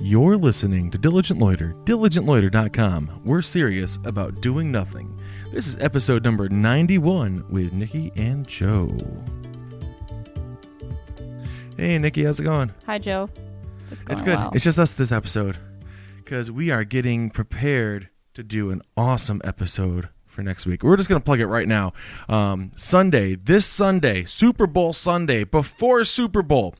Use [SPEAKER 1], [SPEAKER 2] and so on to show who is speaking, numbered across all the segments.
[SPEAKER 1] You're listening to Diligent Loiter, diligentloiter.com. We're serious about doing nothing. This is episode number 91 with Nikki and Joe. Hey, Nikki, how's it going?
[SPEAKER 2] Hi, Joe.
[SPEAKER 1] It's
[SPEAKER 2] going
[SPEAKER 1] good.
[SPEAKER 2] well.
[SPEAKER 1] It's just us this episode because we are getting prepared to do an awesome episode for next week. We're just going to plug it right now. Um, Sunday, this Sunday, Super Bowl Sunday, before Super Bowl,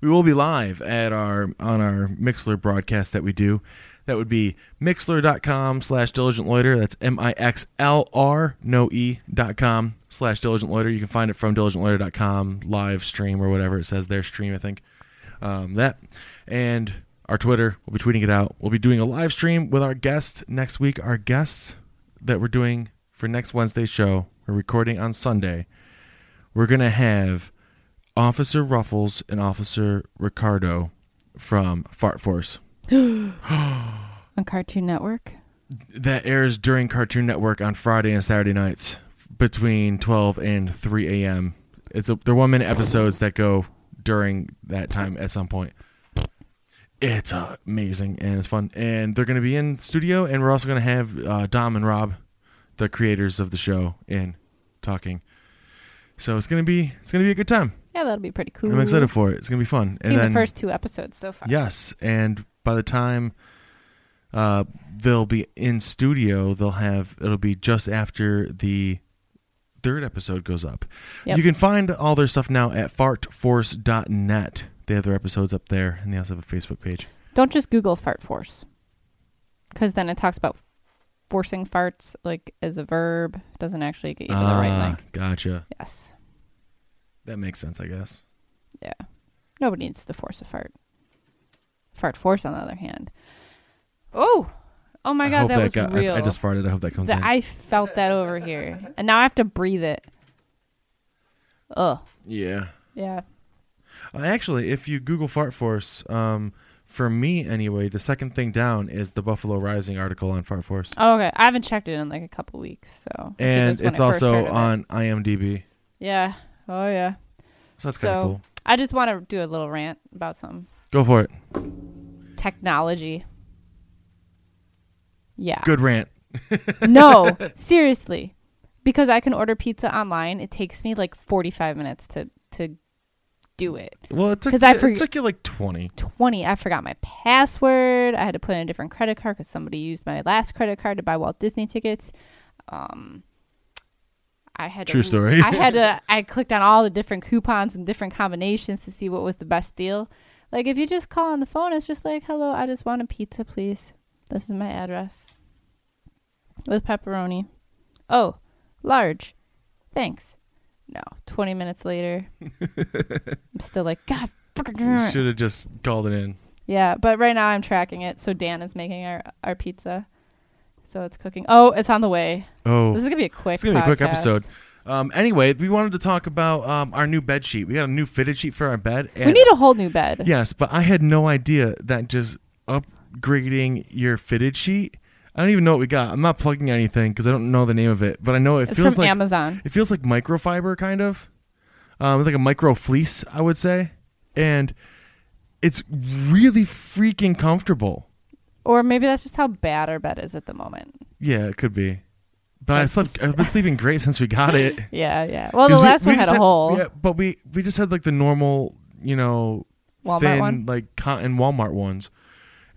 [SPEAKER 1] we will be live at our on our Mixler broadcast that we do. That would be mixler.com slash diligent loiter. That's M I X L R no E dot com slash diligent loiter. You can find it from diligentloiter.com live stream or whatever it says there, stream, I think um, that and our twitter we'll be tweeting it out we'll be doing a live stream with our guest next week our guests that we're doing for next wednesday's show we're recording on sunday we're gonna have officer ruffles and officer ricardo from fart force
[SPEAKER 2] On Cartoon Network.
[SPEAKER 1] that airs during cartoon network on friday and saturday nights between 12 and 3 a.m it's a, they're one minute episodes that go during that time at some point it's uh, amazing and it's fun. And they're going to be in studio, and we're also going to have uh, Dom and Rob, the creators of the show, in talking. So it's gonna be it's gonna be a good time.
[SPEAKER 2] Yeah, that'll be pretty cool.
[SPEAKER 1] I'm excited for it. It's gonna be fun.
[SPEAKER 2] Seen the first two episodes so far.
[SPEAKER 1] Yes, and by the time uh, they'll be in studio, they'll have it'll be just after the third episode goes up.
[SPEAKER 2] Yep.
[SPEAKER 1] You can find all their stuff now at fartforce.net. They have their episodes up there, and they also have a Facebook page.
[SPEAKER 2] Don't just Google fart force, because then it talks about forcing farts like as a verb. Doesn't actually get you to the right
[SPEAKER 1] Ah,
[SPEAKER 2] link.
[SPEAKER 1] Gotcha.
[SPEAKER 2] Yes.
[SPEAKER 1] That makes sense, I guess.
[SPEAKER 2] Yeah. Nobody needs to force a fart. Fart force, on the other hand. Oh, oh my
[SPEAKER 1] I
[SPEAKER 2] god,
[SPEAKER 1] hope
[SPEAKER 2] that, was
[SPEAKER 1] got, I-
[SPEAKER 2] real.
[SPEAKER 1] I, just farted. I hope that comes
[SPEAKER 2] That-
[SPEAKER 1] in.
[SPEAKER 2] I felt that over here, and now I have to breathe it. Ugh.
[SPEAKER 1] yeah.
[SPEAKER 2] Yeah.
[SPEAKER 1] Uh, Actually, if you Google Fart Force, um, for me anyway, the second thing down is the Buffalo Rising article on Fart Force,
[SPEAKER 2] Oh, okay. I haven't checked it in like a couple weeks, so.
[SPEAKER 1] and
[SPEAKER 2] Just when
[SPEAKER 1] it's
[SPEAKER 2] I first heard
[SPEAKER 1] also
[SPEAKER 2] of it.
[SPEAKER 1] on IMDb.
[SPEAKER 2] Yeah. Oh yeah.
[SPEAKER 1] So that's kind of
[SPEAKER 2] So-
[SPEAKER 1] cool.
[SPEAKER 2] I just want to do a little rant about some
[SPEAKER 1] Go for it.
[SPEAKER 2] technology. Yeah.
[SPEAKER 1] Good rant.
[SPEAKER 2] no, seriously. Because I can order pizza online, it takes me like 45 minutes to to do it.
[SPEAKER 1] Well, it took,
[SPEAKER 2] 'Cause I
[SPEAKER 1] it
[SPEAKER 2] forg-
[SPEAKER 1] took you like twenty.
[SPEAKER 2] 20 i forgot my password i had to put in a different credit card because somebody used my last credit card to buy walt disney tickets um i had
[SPEAKER 1] True
[SPEAKER 2] to,
[SPEAKER 1] story.
[SPEAKER 2] i had to i clicked on all the different coupons and different combinations to see what was the best deal like if you just call on the phone it's just like hello i just want a pizza please this is my address with pepperoni oh large thanks no 20 minutes later i'm still like god frickin' darn
[SPEAKER 1] You
[SPEAKER 2] it."
[SPEAKER 1] should have just called it in.
[SPEAKER 2] Yeah, but right now I'm tracking it. So Dan is making our our pizza. So it's cooking. Oh, it's on the way.
[SPEAKER 1] Oh,
[SPEAKER 2] This is gonna be a quick.
[SPEAKER 1] it's gonna be a quick
[SPEAKER 2] podcast.
[SPEAKER 1] episode. Um, anyway, we wanted to talk about um, our new bed sheet. We got a new fitted sheet for our bed. And
[SPEAKER 2] We need a whole new bed.
[SPEAKER 1] Yes, but I had no idea that just upgrading your fitted sheet. I don't even know what we got. I'm not plugging anything because I don't know the name of it, but I know it
[SPEAKER 2] it's from
[SPEAKER 1] feels like
[SPEAKER 2] Amazon.
[SPEAKER 1] it feels like microfiber kind of, um, like a micro fleece, I would say, and it's really freaking comfortable.
[SPEAKER 2] Or maybe that's just how bad our bed is at the moment.
[SPEAKER 1] Yeah, it could be, but I
[SPEAKER 2] That's
[SPEAKER 1] slept.
[SPEAKER 2] just-
[SPEAKER 1] I've been sleeping great since we got it.
[SPEAKER 2] Yeah, yeah. Well, the
[SPEAKER 1] 'Cause we-
[SPEAKER 2] last
[SPEAKER 1] we
[SPEAKER 2] one had
[SPEAKER 1] just
[SPEAKER 2] a hole.
[SPEAKER 1] Yeah, but we we just had like the normal, you know,
[SPEAKER 2] Walmart
[SPEAKER 1] thin
[SPEAKER 2] one?
[SPEAKER 1] like cotton Walmart ones,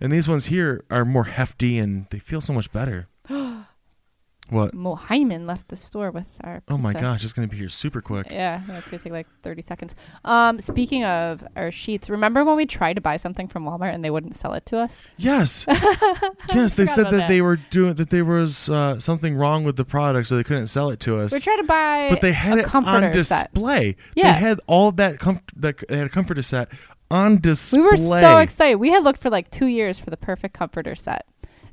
[SPEAKER 1] and these ones here are more hefty and they feel so much better. what?
[SPEAKER 2] Mohiman left the store with our.
[SPEAKER 1] Oh my
[SPEAKER 2] pizza.
[SPEAKER 1] gosh, it's gonna be here super quick.
[SPEAKER 2] Yeah, that's gonna take like thirty seconds. Um, speaking of our sheets, remember when we tried to buy something from Walmart and they wouldn't sell it to us?
[SPEAKER 1] Yes, yes. They
[SPEAKER 2] forgot
[SPEAKER 1] said
[SPEAKER 2] about
[SPEAKER 1] that,
[SPEAKER 2] that.
[SPEAKER 1] they were doing that there was uh, something wrong with the product, so they couldn't sell it to us.
[SPEAKER 2] We tried to buy,
[SPEAKER 1] but they had
[SPEAKER 2] a
[SPEAKER 1] it on
[SPEAKER 2] comforter set.
[SPEAKER 1] display.
[SPEAKER 2] Yeah.
[SPEAKER 1] They had all that comfort. They had a comforter set on display.
[SPEAKER 2] We were so excited. We had looked for like two years for the perfect comforter set.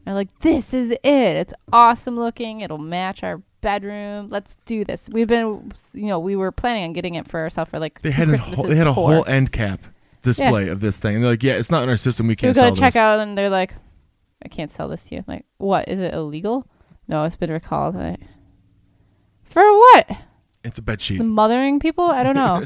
[SPEAKER 2] And we're like, this is it. It's awesome looking. It'll match our bedroom. Let's do this. We've been, you know, we were planning on getting it for ourselves for like
[SPEAKER 1] They
[SPEAKER 2] two
[SPEAKER 1] had a
[SPEAKER 2] Christmases
[SPEAKER 1] whole, they had a
[SPEAKER 2] before.
[SPEAKER 1] whole end cap display of this thing. And they're like, yeah, it's not in our system. We
[SPEAKER 2] So we
[SPEAKER 1] can't
[SPEAKER 2] go
[SPEAKER 1] sell
[SPEAKER 2] to check
[SPEAKER 1] this.
[SPEAKER 2] out, and they're like, I can't sell this to you. I'm like, what? Is it illegal? No, it's been recalled. I'm like, for what?
[SPEAKER 1] It's a bed sheet.
[SPEAKER 2] Smothering people? I don't know.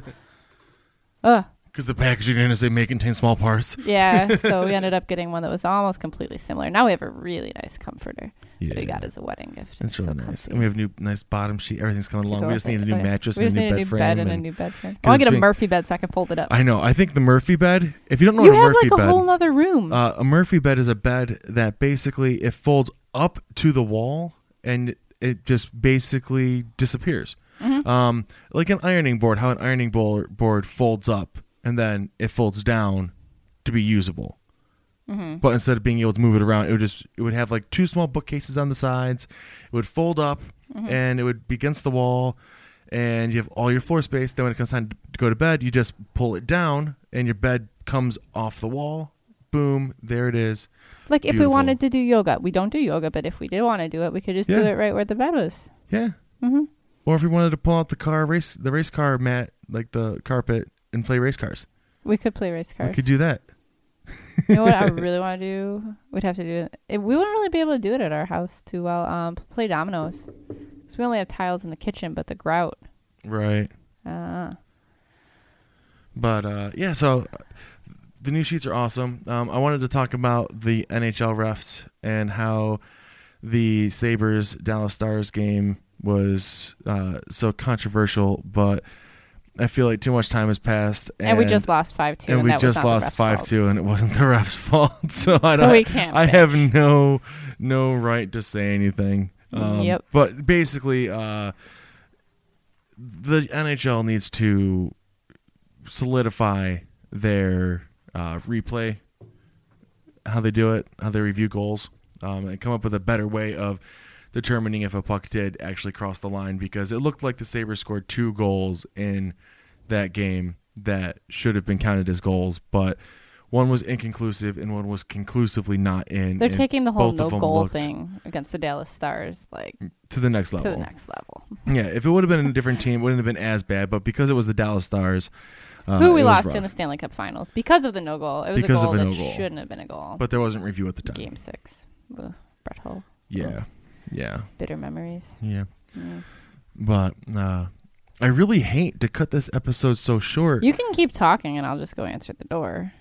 [SPEAKER 2] Ugh.
[SPEAKER 1] because the packaging didn't say may contain small parts.
[SPEAKER 2] Yeah, so we ended up getting one that was almost completely similar. Now we have a really nice comforter
[SPEAKER 1] Yeah,
[SPEAKER 2] that we got as a wedding gift.
[SPEAKER 1] It's
[SPEAKER 2] so
[SPEAKER 1] really nice,
[SPEAKER 2] comfy.
[SPEAKER 1] and we have new nice bottom sheet. Everything's coming
[SPEAKER 2] To
[SPEAKER 1] along.
[SPEAKER 2] go
[SPEAKER 1] We just
[SPEAKER 2] with
[SPEAKER 1] need a
[SPEAKER 2] it.
[SPEAKER 1] new
[SPEAKER 2] Oh, yeah.
[SPEAKER 1] mattress,
[SPEAKER 2] We
[SPEAKER 1] and
[SPEAKER 2] just
[SPEAKER 1] a new
[SPEAKER 2] need a
[SPEAKER 1] bed
[SPEAKER 2] new
[SPEAKER 1] frame,
[SPEAKER 2] bed and,
[SPEAKER 1] and-
[SPEAKER 2] a new bed frame. I
[SPEAKER 1] 'cause
[SPEAKER 2] want to get a
[SPEAKER 1] being-
[SPEAKER 2] Murphy bed so I can fold it up.
[SPEAKER 1] I know. I think the Murphy bed. If you don't know
[SPEAKER 2] you
[SPEAKER 1] what a
[SPEAKER 2] have
[SPEAKER 1] Murphy
[SPEAKER 2] like a
[SPEAKER 1] bed,
[SPEAKER 2] whole other room.
[SPEAKER 1] Uh, a Murphy bed is a bed that basically it folds up to the wall and it just basically disappears. Um, like an ironing board, how an ironing bo- board folds up and then it folds down to be usable. But instead of being able to move it around, it would just it would have like two small bookcases on the sides. It would fold up and it would be against the wall, and you have all your floor space. Then when it comes time to go to bed, you just pull it down, and your bed comes off the wall. Boom, there it is.
[SPEAKER 2] like if
[SPEAKER 1] beautiful.
[SPEAKER 2] we wanted to do yoga, we don't do yoga, but if we did want to do it, we could just do
[SPEAKER 1] Yeah.
[SPEAKER 2] it right where the bed was.
[SPEAKER 1] Yeah.
[SPEAKER 2] hmm
[SPEAKER 1] Or if you wanted to pull out the car race, the race car mat, like the carpet, and play race cars,
[SPEAKER 2] We could play race
[SPEAKER 1] we
[SPEAKER 2] cars.
[SPEAKER 1] could do that.
[SPEAKER 2] you know what I really want to do? We'd have to do it. it- We wouldn't really be able to do it at our house too well. Um, p- play dominoes. 'Cause we only have tiles in the kitchen, but the grout.
[SPEAKER 1] Right.
[SPEAKER 2] Uh,
[SPEAKER 1] But uh, yeah, so uh, the new sheets are awesome. Um, I wanted to talk about the NHL refs and how the Sabers Dallas Stars game was uh, so controversial, but I feel like too much time has passed, and,
[SPEAKER 2] and, we just lost five two.
[SPEAKER 1] and we
[SPEAKER 2] that was
[SPEAKER 1] just
[SPEAKER 2] not the
[SPEAKER 1] lost
[SPEAKER 2] ref's
[SPEAKER 1] five
[SPEAKER 2] fault.
[SPEAKER 1] two, and it wasn't the refs' fault. So I
[SPEAKER 2] So
[SPEAKER 1] don't.
[SPEAKER 2] we can't
[SPEAKER 1] I
[SPEAKER 2] bitch.
[SPEAKER 1] have no no right to say anything. Um,
[SPEAKER 2] Mm, Yep.
[SPEAKER 1] But basically, uh, the NHL needs to solidify their uh, replay, how they do it, how they review goals, um, and come up with a better way of determining if a puck did actually cross the line because it looked like the Sabres scored two goals in that game that should have been counted as goals, but one was inconclusive and one was conclusively not in.
[SPEAKER 2] They're
[SPEAKER 1] and
[SPEAKER 2] taking the
[SPEAKER 1] both
[SPEAKER 2] whole
[SPEAKER 1] of
[SPEAKER 2] no
[SPEAKER 1] them
[SPEAKER 2] goal
[SPEAKER 1] looked
[SPEAKER 2] thing against the Dallas Stars, like
[SPEAKER 1] to the next
[SPEAKER 2] to
[SPEAKER 1] level.
[SPEAKER 2] the next level.
[SPEAKER 1] Yeah, if it would have been a different team, it wouldn't have been as bad. But because it was the Dallas Stars, uh,
[SPEAKER 2] Who we
[SPEAKER 1] it was
[SPEAKER 2] lost to in
[SPEAKER 1] rough.
[SPEAKER 2] the Stanley Cup Finals because of the no goal. It was
[SPEAKER 1] Because
[SPEAKER 2] a
[SPEAKER 1] of
[SPEAKER 2] goal
[SPEAKER 1] a
[SPEAKER 2] that
[SPEAKER 1] no goal.
[SPEAKER 2] shouldn't have been a goal.
[SPEAKER 1] but there wasn't review at the time.
[SPEAKER 2] Game six, Ugh, Brett Hull,
[SPEAKER 1] Yeah, yeah,
[SPEAKER 2] bitter memories.
[SPEAKER 1] yeah.
[SPEAKER 2] Mm.
[SPEAKER 1] But uh, I really hate to cut this episode so short.
[SPEAKER 2] You can keep talking, and I'll just go answer the door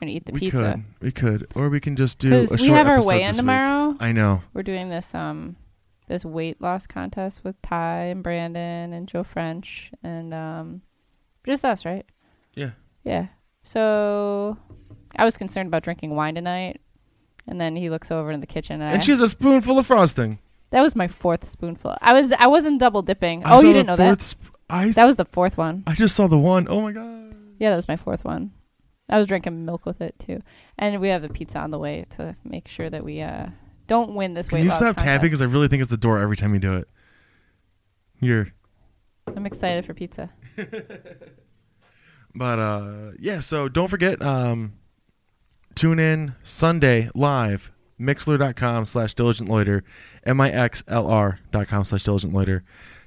[SPEAKER 2] and eat the
[SPEAKER 1] we
[SPEAKER 2] pizza.
[SPEAKER 1] could, we could, or we can just do a short
[SPEAKER 2] Because we have our
[SPEAKER 1] episode
[SPEAKER 2] weigh in
[SPEAKER 1] this week.
[SPEAKER 2] tomorrow.
[SPEAKER 1] I know.
[SPEAKER 2] We're doing this um this weight loss contest with Ty and Brandon and Joe French and um just us, right?
[SPEAKER 1] Yeah.
[SPEAKER 2] Yeah. So I was concerned about drinking wine tonight, and then he looks over in the kitchen. And,
[SPEAKER 1] And
[SPEAKER 2] I-
[SPEAKER 1] she has a spoonful of frosting.
[SPEAKER 2] that was my fourth spoonful. I was I wasn't double dipping.
[SPEAKER 1] I
[SPEAKER 2] oh,
[SPEAKER 1] saw
[SPEAKER 2] you
[SPEAKER 1] the
[SPEAKER 2] didn't know
[SPEAKER 1] fourth
[SPEAKER 2] that.
[SPEAKER 1] sp- I
[SPEAKER 2] That was the fourth one.
[SPEAKER 1] I just saw the one. Oh my god.
[SPEAKER 2] Yeah, that was my fourth one. I was drinking milk with it too, and we have a pizza on the way to make sure that we uh don't win this weight
[SPEAKER 1] Can you
[SPEAKER 2] loss
[SPEAKER 1] stop tapping?
[SPEAKER 2] contest.
[SPEAKER 1] Because I really think it's the door every time you do it. You're.
[SPEAKER 2] I'm excited for pizza.
[SPEAKER 1] But uh, yeah, so don't forget, um, tune in Sunday live, mixler.com slash diligent loiter, mixlr.com slash diligent loiter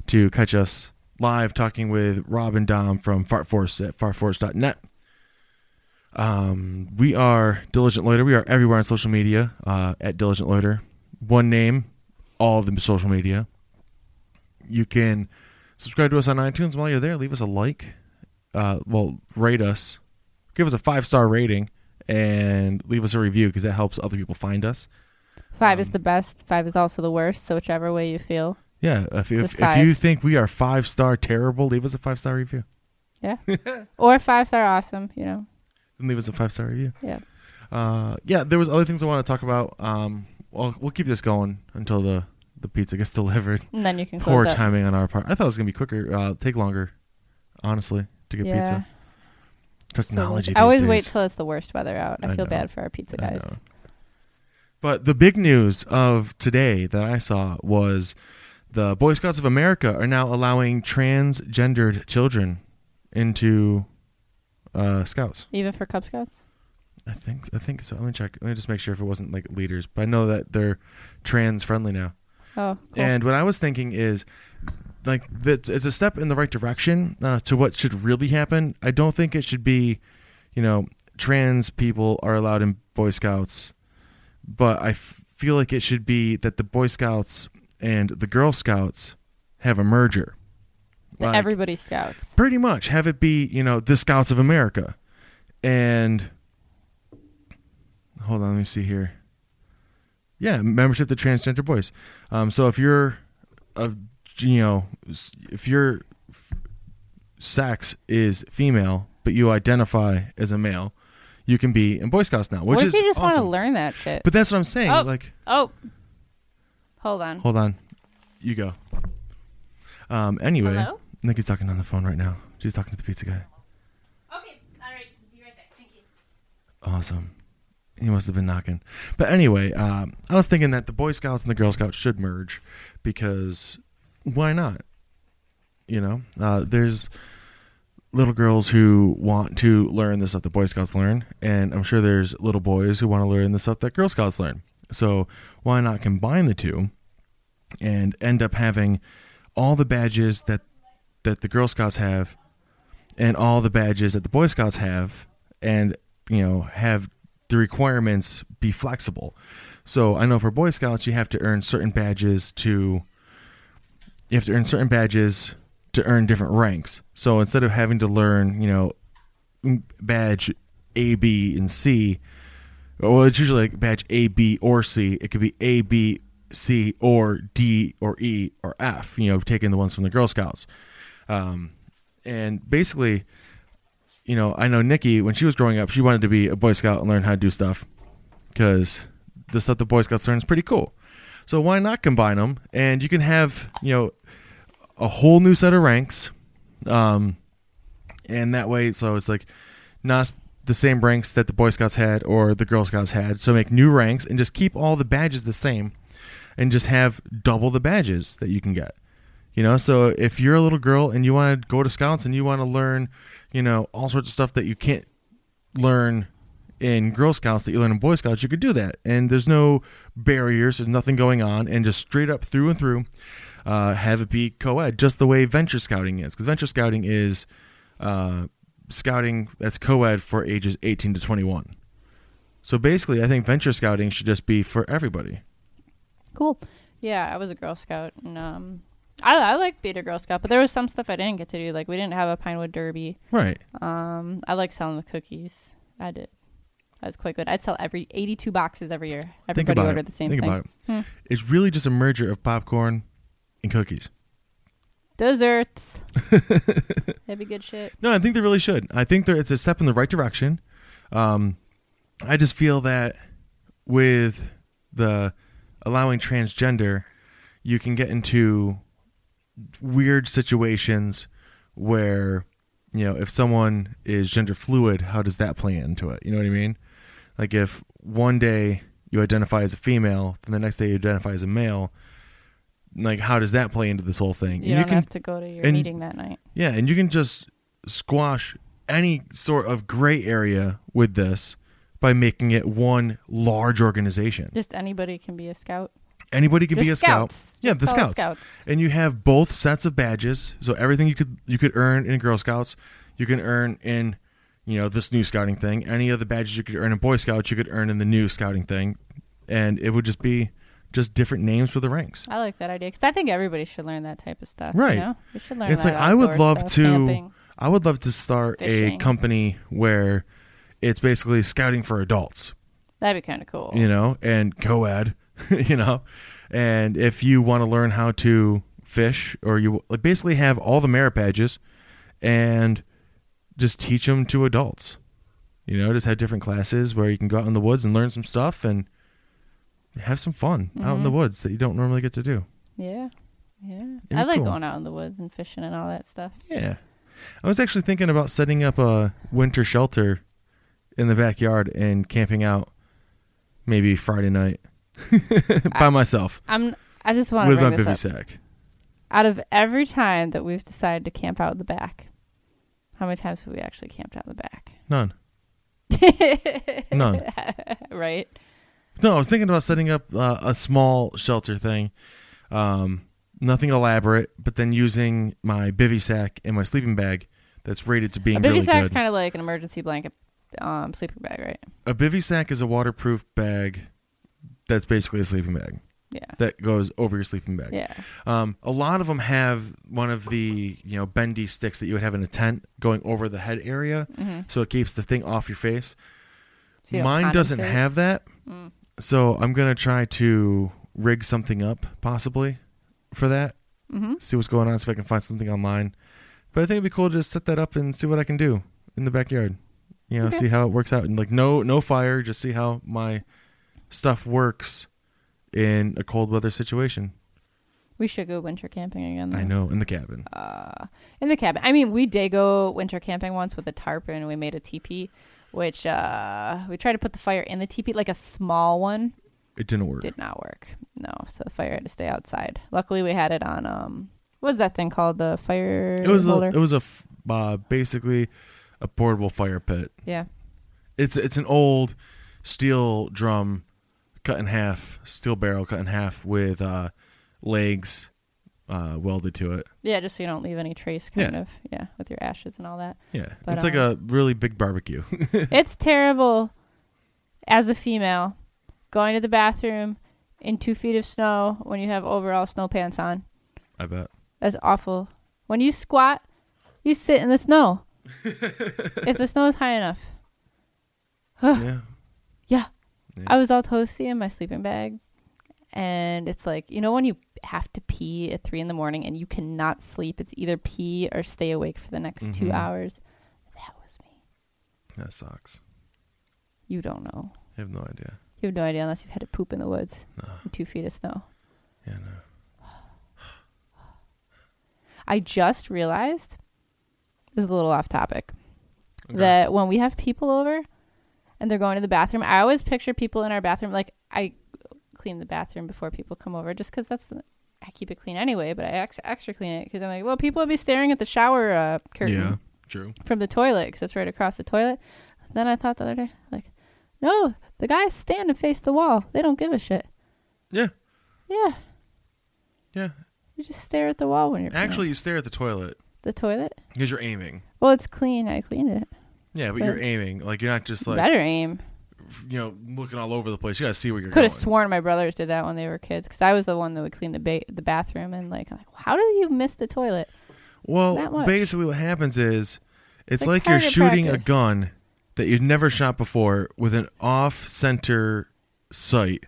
[SPEAKER 1] to catch us live talking with Rob and Dom from Fartforce at fartforce.net. Um, we are Diligent Loiter. We are everywhere on social media uh, at Diligent Loiter. One name, all of the social media. You can subscribe to us on iTunes while you're there. Leave us a like uh, well, rate us, give us a five star rating, and leave us a review because that helps other people find us.
[SPEAKER 2] Five is
[SPEAKER 1] Um,
[SPEAKER 2] the best. Five is also the worst. So whichever way you feel.
[SPEAKER 1] Yeah, if if,
[SPEAKER 2] Just
[SPEAKER 1] if
[SPEAKER 2] five.
[SPEAKER 1] you think we are five star terrible, leave us a five star review.
[SPEAKER 2] Yeah. or five star awesome, you know.
[SPEAKER 1] Then leave us a five star review.
[SPEAKER 2] Yeah.
[SPEAKER 1] Uh, yeah, there was other things I want to talk about. Um, well, we'll keep this going until the the pizza gets delivered.
[SPEAKER 2] And then you can
[SPEAKER 1] Poor
[SPEAKER 2] close up.
[SPEAKER 1] timing on our part. I thought it was gonna be quicker, uh, take longer, honestly, to get
[SPEAKER 2] yeah.
[SPEAKER 1] pizza.
[SPEAKER 2] So we'll-
[SPEAKER 1] Technology.
[SPEAKER 2] I
[SPEAKER 1] these
[SPEAKER 2] always
[SPEAKER 1] days.
[SPEAKER 2] wait till it's the worst weather out. I,
[SPEAKER 1] I
[SPEAKER 2] feel
[SPEAKER 1] know.
[SPEAKER 2] bad for our pizza
[SPEAKER 1] I
[SPEAKER 2] guys.
[SPEAKER 1] know. But the big news of today that I saw was the Boy Scouts of America are now allowing transgendered children into uh, scouts.
[SPEAKER 2] Even for Cub Scouts?
[SPEAKER 1] I think I think so. Let me check. Let me just make sure if it wasn't like leaders, but I know that they're trans friendly now.
[SPEAKER 2] Oh, cool.
[SPEAKER 1] And what I was thinking is, like, that it's a step in the right direction uh, to what should really happen. I don't think it should be, you know, trans people are allowed in Boy Scouts, but I f- feel like it should be that the Boy Scouts and the Girl Scouts have a merger.
[SPEAKER 2] The
[SPEAKER 1] Like,
[SPEAKER 2] Everybody Scouts.
[SPEAKER 1] pretty much have it be, you know, the Scouts of America. and hold on, let me see here. Yeah, membership to transgender boys. Um, so if you're a you know if your sex is female but you identify as a male, you can be in Boy Scouts now, which
[SPEAKER 2] what
[SPEAKER 1] is
[SPEAKER 2] if you just want to
[SPEAKER 1] awesome.
[SPEAKER 2] learn that shit?
[SPEAKER 1] But that's what I'm saying.
[SPEAKER 2] Oh.
[SPEAKER 1] Like,
[SPEAKER 2] oh, hold on.
[SPEAKER 1] hold on, you go. Um. Anyway,
[SPEAKER 2] Hello?
[SPEAKER 1] Nikki's talking on the phone right now. She's talking to the pizza guy.
[SPEAKER 2] Okay, all right, be right back. Thank you.
[SPEAKER 1] Awesome. He must have been knocking. But anyway, um, I was thinking that the Boy Scouts and the Girl Scouts should merge because why not? You know, uh, there's little girls who want to learn the stuff that Boy Scouts learn, and I'm sure there's little boys who want to learn the stuff that Girl Scouts learn. So why not combine the two and end up having all the badges that that the Girl Scouts have and all the badges that the Boy Scouts have, and you know have the requirements be flexible. So I know for Boy Scouts, you have to earn certain badges to you have to earn certain badges to earn different ranks. So instead of having to learn, you know, badge A, B, and C, well, it's usually like badge A, B, or C. It could be A, B, C, or D, or E, or F. You know, taking the ones from the Girl Scouts. Um, and basically, you know, I know Nikki when she was growing up, she wanted to be a Boy Scout and learn how to do stuff because the stuff the Boy Scouts learn is pretty cool. So why not combine them? And you can have you know a whole new set of ranks, um, and that way, so it's like not the same ranks that the Boy Scouts had or the Girl Scouts had. So make new ranks and just keep all the badges the same, and just have double the badges that you can get. You know, so if you're a little girl and you want to go to scouts and you want to learn, you know, all sorts of stuff that you can't learn in Girl Scouts that you learn in Boy Scouts, you could do that. And there's no barriers, there's nothing going on, and just straight up through and through, uh, have it be co ed, just the way venture scouting is. Because venture scouting is uh, scouting that's co ed for ages 18 to 21. So basically, I think venture scouting should just be for everybody.
[SPEAKER 2] Cool. Yeah, I was a Girl Scout, and um, I I like being a Girl Scout, but there was some stuff I didn't get to do. Like we didn't have a Pinewood Derby.
[SPEAKER 1] Right.
[SPEAKER 2] Um, I like selling the cookies. I did. That was quite good. I'd sell every eighty-two boxes every year.
[SPEAKER 1] Think
[SPEAKER 2] Everybody
[SPEAKER 1] about
[SPEAKER 2] ordered
[SPEAKER 1] it.
[SPEAKER 2] the same
[SPEAKER 1] Think
[SPEAKER 2] thing. Hmm.
[SPEAKER 1] about it. It's really just a merger of popcorn and cookies.
[SPEAKER 2] Desserts. That'd be good shit.
[SPEAKER 1] No, I think they really should. I think there, it's a step in the right direction. Um, I just feel that with the allowing transgender, you can get into weird situations where, you know, if someone is gender fluid, how does that play into it? You know what I mean? Like if one day you identify as a female, then the next day you identify as a male. Like, how does that play into this whole thing?
[SPEAKER 2] You,
[SPEAKER 1] And
[SPEAKER 2] don't
[SPEAKER 1] can
[SPEAKER 2] have to go to your
[SPEAKER 1] and-
[SPEAKER 2] meeting that night.
[SPEAKER 1] yeah, and you can just squash any sort of gray area with this by making it one large organization.
[SPEAKER 2] Just anybody can be a scout.
[SPEAKER 1] Anybody could
[SPEAKER 2] Just
[SPEAKER 1] be a
[SPEAKER 2] scouts.
[SPEAKER 1] scout. Yeah,
[SPEAKER 2] Just
[SPEAKER 1] the
[SPEAKER 2] call it
[SPEAKER 1] scouts. And you have both sets of badges, so everything you could you could earn in Girl Scouts, you can earn in you know this new scouting thing. Any of the badges you could earn in Boy Scouts, you could earn in the new scouting thing, and it would just be just different names for the ranks.
[SPEAKER 2] I like that idea because I think everybody should learn that type of stuff.
[SPEAKER 1] Right.
[SPEAKER 2] You know? We should learn.
[SPEAKER 1] it's
[SPEAKER 2] that
[SPEAKER 1] like I would
[SPEAKER 2] outdoor
[SPEAKER 1] love
[SPEAKER 2] stuff,
[SPEAKER 1] to.
[SPEAKER 2] camping.
[SPEAKER 1] I would love to start a
[SPEAKER 2] fishing.
[SPEAKER 1] company where it's basically scouting for adults,
[SPEAKER 2] That'd be kind of cool.
[SPEAKER 1] you know, and co-ed, you know, and if you want to learn how to fish, or you like basically have all the merit badges, and just teach them to adults, you know, just have different classes where you can go out in the woods and learn some stuff and have some fun out in the
[SPEAKER 2] Mhm.
[SPEAKER 1] woods that you don't normally get to do.
[SPEAKER 2] Yeah. Yeah.
[SPEAKER 1] be
[SPEAKER 2] I like
[SPEAKER 1] cool.
[SPEAKER 2] going out in the woods and fishing and all that stuff.
[SPEAKER 1] Yeah. I was actually thinking about setting up a winter shelter in the backyard and camping out maybe Friday night by
[SPEAKER 2] I-
[SPEAKER 1] myself
[SPEAKER 2] I'm. I just want to
[SPEAKER 1] with my
[SPEAKER 2] bring this
[SPEAKER 1] bivy
[SPEAKER 2] up.
[SPEAKER 1] sack.
[SPEAKER 2] Out of every time that we've decided to camp out in the back, how many times have we actually camped out in the back?
[SPEAKER 1] None. None.
[SPEAKER 2] Right.
[SPEAKER 1] No, I was thinking about setting up uh, a small shelter thing. Um, nothing elaborate, but then using my bivy sack and my sleeping bag that's rated to being
[SPEAKER 2] A bivy
[SPEAKER 1] really
[SPEAKER 2] sack's
[SPEAKER 1] good.
[SPEAKER 2] kind of like an emergency blanket, um, sleeping bag, right?
[SPEAKER 1] a bivy sack is a waterproof bag that's basically a sleeping bag.
[SPEAKER 2] Yeah.
[SPEAKER 1] that goes over your sleeping bag.
[SPEAKER 2] Yeah.
[SPEAKER 1] Um, a lot of them have one of the you know bendy sticks that you would have in a tent going over the head area, so it keeps the thing off your face.
[SPEAKER 2] Mm-hmm. So you don't
[SPEAKER 1] Mine doesn't
[SPEAKER 2] condensate.
[SPEAKER 1] have that,
[SPEAKER 2] Mm.
[SPEAKER 1] so I'm gonna try to rig something up possibly for that.
[SPEAKER 2] Mm-hmm.
[SPEAKER 1] See what's going on, see if I can find something online. But I think it'd be cool to just set that up and see what I can do in the backyard. You know,
[SPEAKER 2] Okay.
[SPEAKER 1] see how it works out, and like no no fire, just see how my stuff works in a cold weather situation.
[SPEAKER 2] We should go winter camping again.
[SPEAKER 1] I
[SPEAKER 2] though.
[SPEAKER 1] know in the cabin.
[SPEAKER 2] uh, in the cabin. I mean, we did go winter camping once with a tarp, and we made a teepee, which uh, we tried to put the fire in the teepee, like a small one.
[SPEAKER 1] It didn't work.
[SPEAKER 2] Did not work. No, so the fire had to stay outside. Luckily, we had it on. Um, what was that thing called? The fire
[SPEAKER 1] it was a,
[SPEAKER 2] holder.
[SPEAKER 1] it was a f- uh, basically a portable fire pit.
[SPEAKER 2] yeah,
[SPEAKER 1] It's it's an old steel drum cut in half, steel barrel cut in half with uh, legs uh, welded to it.
[SPEAKER 2] yeah. Just so you don't leave any trace, kind
[SPEAKER 1] Yeah.
[SPEAKER 2] of. Yeah, with your ashes and all that.
[SPEAKER 1] Yeah,
[SPEAKER 2] But,
[SPEAKER 1] it's like a
[SPEAKER 2] uh,
[SPEAKER 1] really big barbecue.
[SPEAKER 2] it's terrible as a female going to the bathroom in two feet of snow when you have overall snow pants on.
[SPEAKER 1] I bet.
[SPEAKER 2] That's awful. When you squat, you sit in the snow. if the snow is high enough.
[SPEAKER 1] yeah,
[SPEAKER 2] Yeah.
[SPEAKER 1] Yeah.
[SPEAKER 2] I was all toasty in my sleeping bag. And it's like, you know, when you have to pee at three in the morning and you cannot sleep, it's either pee or stay awake for the next two
[SPEAKER 1] Mhm.
[SPEAKER 2] hours. That was me.
[SPEAKER 1] that sucks.
[SPEAKER 2] You don't know.
[SPEAKER 1] I have no idea.
[SPEAKER 2] You have no idea unless you've had to poop in the woods
[SPEAKER 1] No.
[SPEAKER 2] in two feet of snow.
[SPEAKER 1] Yeah, no.
[SPEAKER 2] I just realized this is a little off topic
[SPEAKER 1] Okay.
[SPEAKER 2] that when we have people over and they're going to the bathroom, I always picture people in our bathroom. Like I clean the bathroom before people come over, just because that's the, I keep it clean anyway. But I ex- extra clean it because I'm like, well, people will be staring at the shower uh, curtain
[SPEAKER 1] yeah, true.
[SPEAKER 2] from the toilet because it's right across the toilet. Then I thought the other day, like, no, the guys stand and face the wall. They don't give a shit.
[SPEAKER 1] Yeah,
[SPEAKER 2] Yeah,
[SPEAKER 1] yeah.
[SPEAKER 2] you just stare at the wall when you're peeing.
[SPEAKER 1] Actually, you stare at the toilet
[SPEAKER 2] the toilet.
[SPEAKER 1] because you're aiming.
[SPEAKER 2] Well, it's clean. I cleaned it.
[SPEAKER 1] Yeah, but,
[SPEAKER 2] But-
[SPEAKER 1] you're aiming. Like you're not just like
[SPEAKER 2] Better aim.
[SPEAKER 1] f- you know looking all over the place. You gotta see where you're
[SPEAKER 2] Could
[SPEAKER 1] going.
[SPEAKER 2] have sworn my brothers did that when they were kids because I was the one that would clean the ba- the bathroom and like, I'm like, how do you miss the toilet? that
[SPEAKER 1] Well,
[SPEAKER 2] much.
[SPEAKER 1] basically, what happens is it's like,
[SPEAKER 2] Like
[SPEAKER 1] you're
[SPEAKER 2] target
[SPEAKER 1] shooting
[SPEAKER 2] practice.
[SPEAKER 1] a gun that you've never shot before with an off center sight,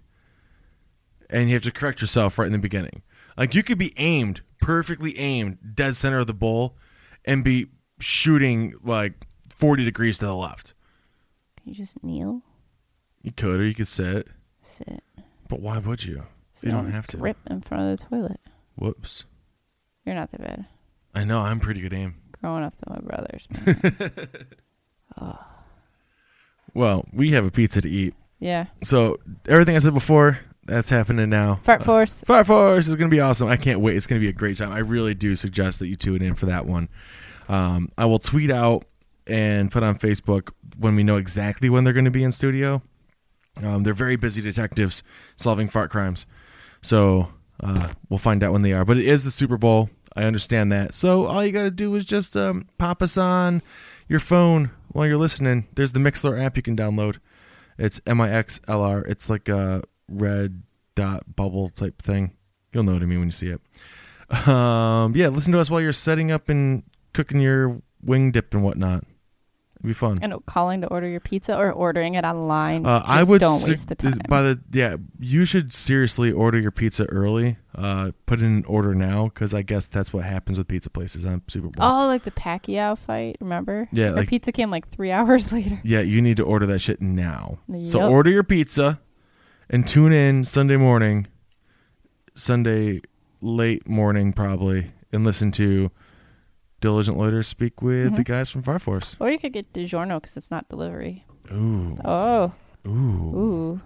[SPEAKER 1] and you have to correct yourself right in the beginning. Like, you could be aimed, perfectly aimed, dead center of the bowl, and be shooting like 40 degrees to the left.
[SPEAKER 2] Can you just kneel,
[SPEAKER 1] You could, or you could sit,
[SPEAKER 2] sit,
[SPEAKER 1] but why would you?
[SPEAKER 2] so
[SPEAKER 1] You don't
[SPEAKER 2] don't
[SPEAKER 1] have to.
[SPEAKER 2] rip in front of the toilet?
[SPEAKER 1] Whoops.
[SPEAKER 2] You're not that bad.
[SPEAKER 1] I know, I'm pretty good aim.
[SPEAKER 2] Growing up with my brothers, man.
[SPEAKER 1] Well, we have a pizza to eat.
[SPEAKER 2] yeah,
[SPEAKER 1] So everything I said before, that's happening now.
[SPEAKER 2] fart
[SPEAKER 1] Uh,
[SPEAKER 2] force.
[SPEAKER 1] Fire Force is going to be awesome. I can't wait. It's going to be a great time. I really do suggest that you tune in for that one. Um, I will tweet out and put on Facebook when we know exactly when they're going to be in studio. Um, they're very busy detectives solving fart crimes. So uh, we'll find out when they are. But it is the Super Bowl. I understand that. So all you got to do is just um, pop us on your phone while you're listening. There's the Mixler app you can download. It's M I X L R. It's like a red dot bubble type thing. You'll know what I mean when you see it. Um, yeah, listen to us while you're setting up and cooking your wing dip and whatnot. It'd be fun.
[SPEAKER 2] And calling to order your pizza or ordering it online.
[SPEAKER 1] Uh,
[SPEAKER 2] Just
[SPEAKER 1] I would
[SPEAKER 2] don't
[SPEAKER 1] sug-
[SPEAKER 2] waste the time.
[SPEAKER 1] by the yeah. You should seriously order your pizza early. Uh, put in an order now because I guess that's what happens with pizza places on Super Bowl.
[SPEAKER 2] oh, like the Pacquiao fight, remember?
[SPEAKER 1] Yeah,
[SPEAKER 2] Our
[SPEAKER 1] like-
[SPEAKER 2] pizza came like three hours later.
[SPEAKER 1] Yeah, you need to order that shit now. So
[SPEAKER 2] Yup.
[SPEAKER 1] order your pizza and tune in Sunday morning, Sunday late morning probably, and listen to Diligent Loiter speak with the
[SPEAKER 2] Mhm.
[SPEAKER 1] guys from Fire Force.
[SPEAKER 2] Or you could get DiGiorno because it's not delivery.
[SPEAKER 1] Ooh.
[SPEAKER 2] Oh,
[SPEAKER 1] Ooh.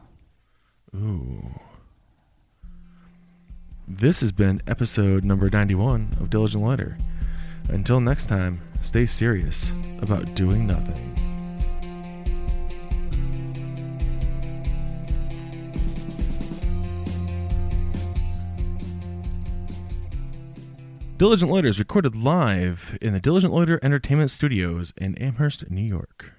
[SPEAKER 2] ooh.
[SPEAKER 1] Ooh. This has been episode number 91 of Diligent Loiter. Until next time, stay serious about doing nothing. Diligent Loiter is recorded live in the Diligent Loiter Entertainment Studios in Amherst, New York.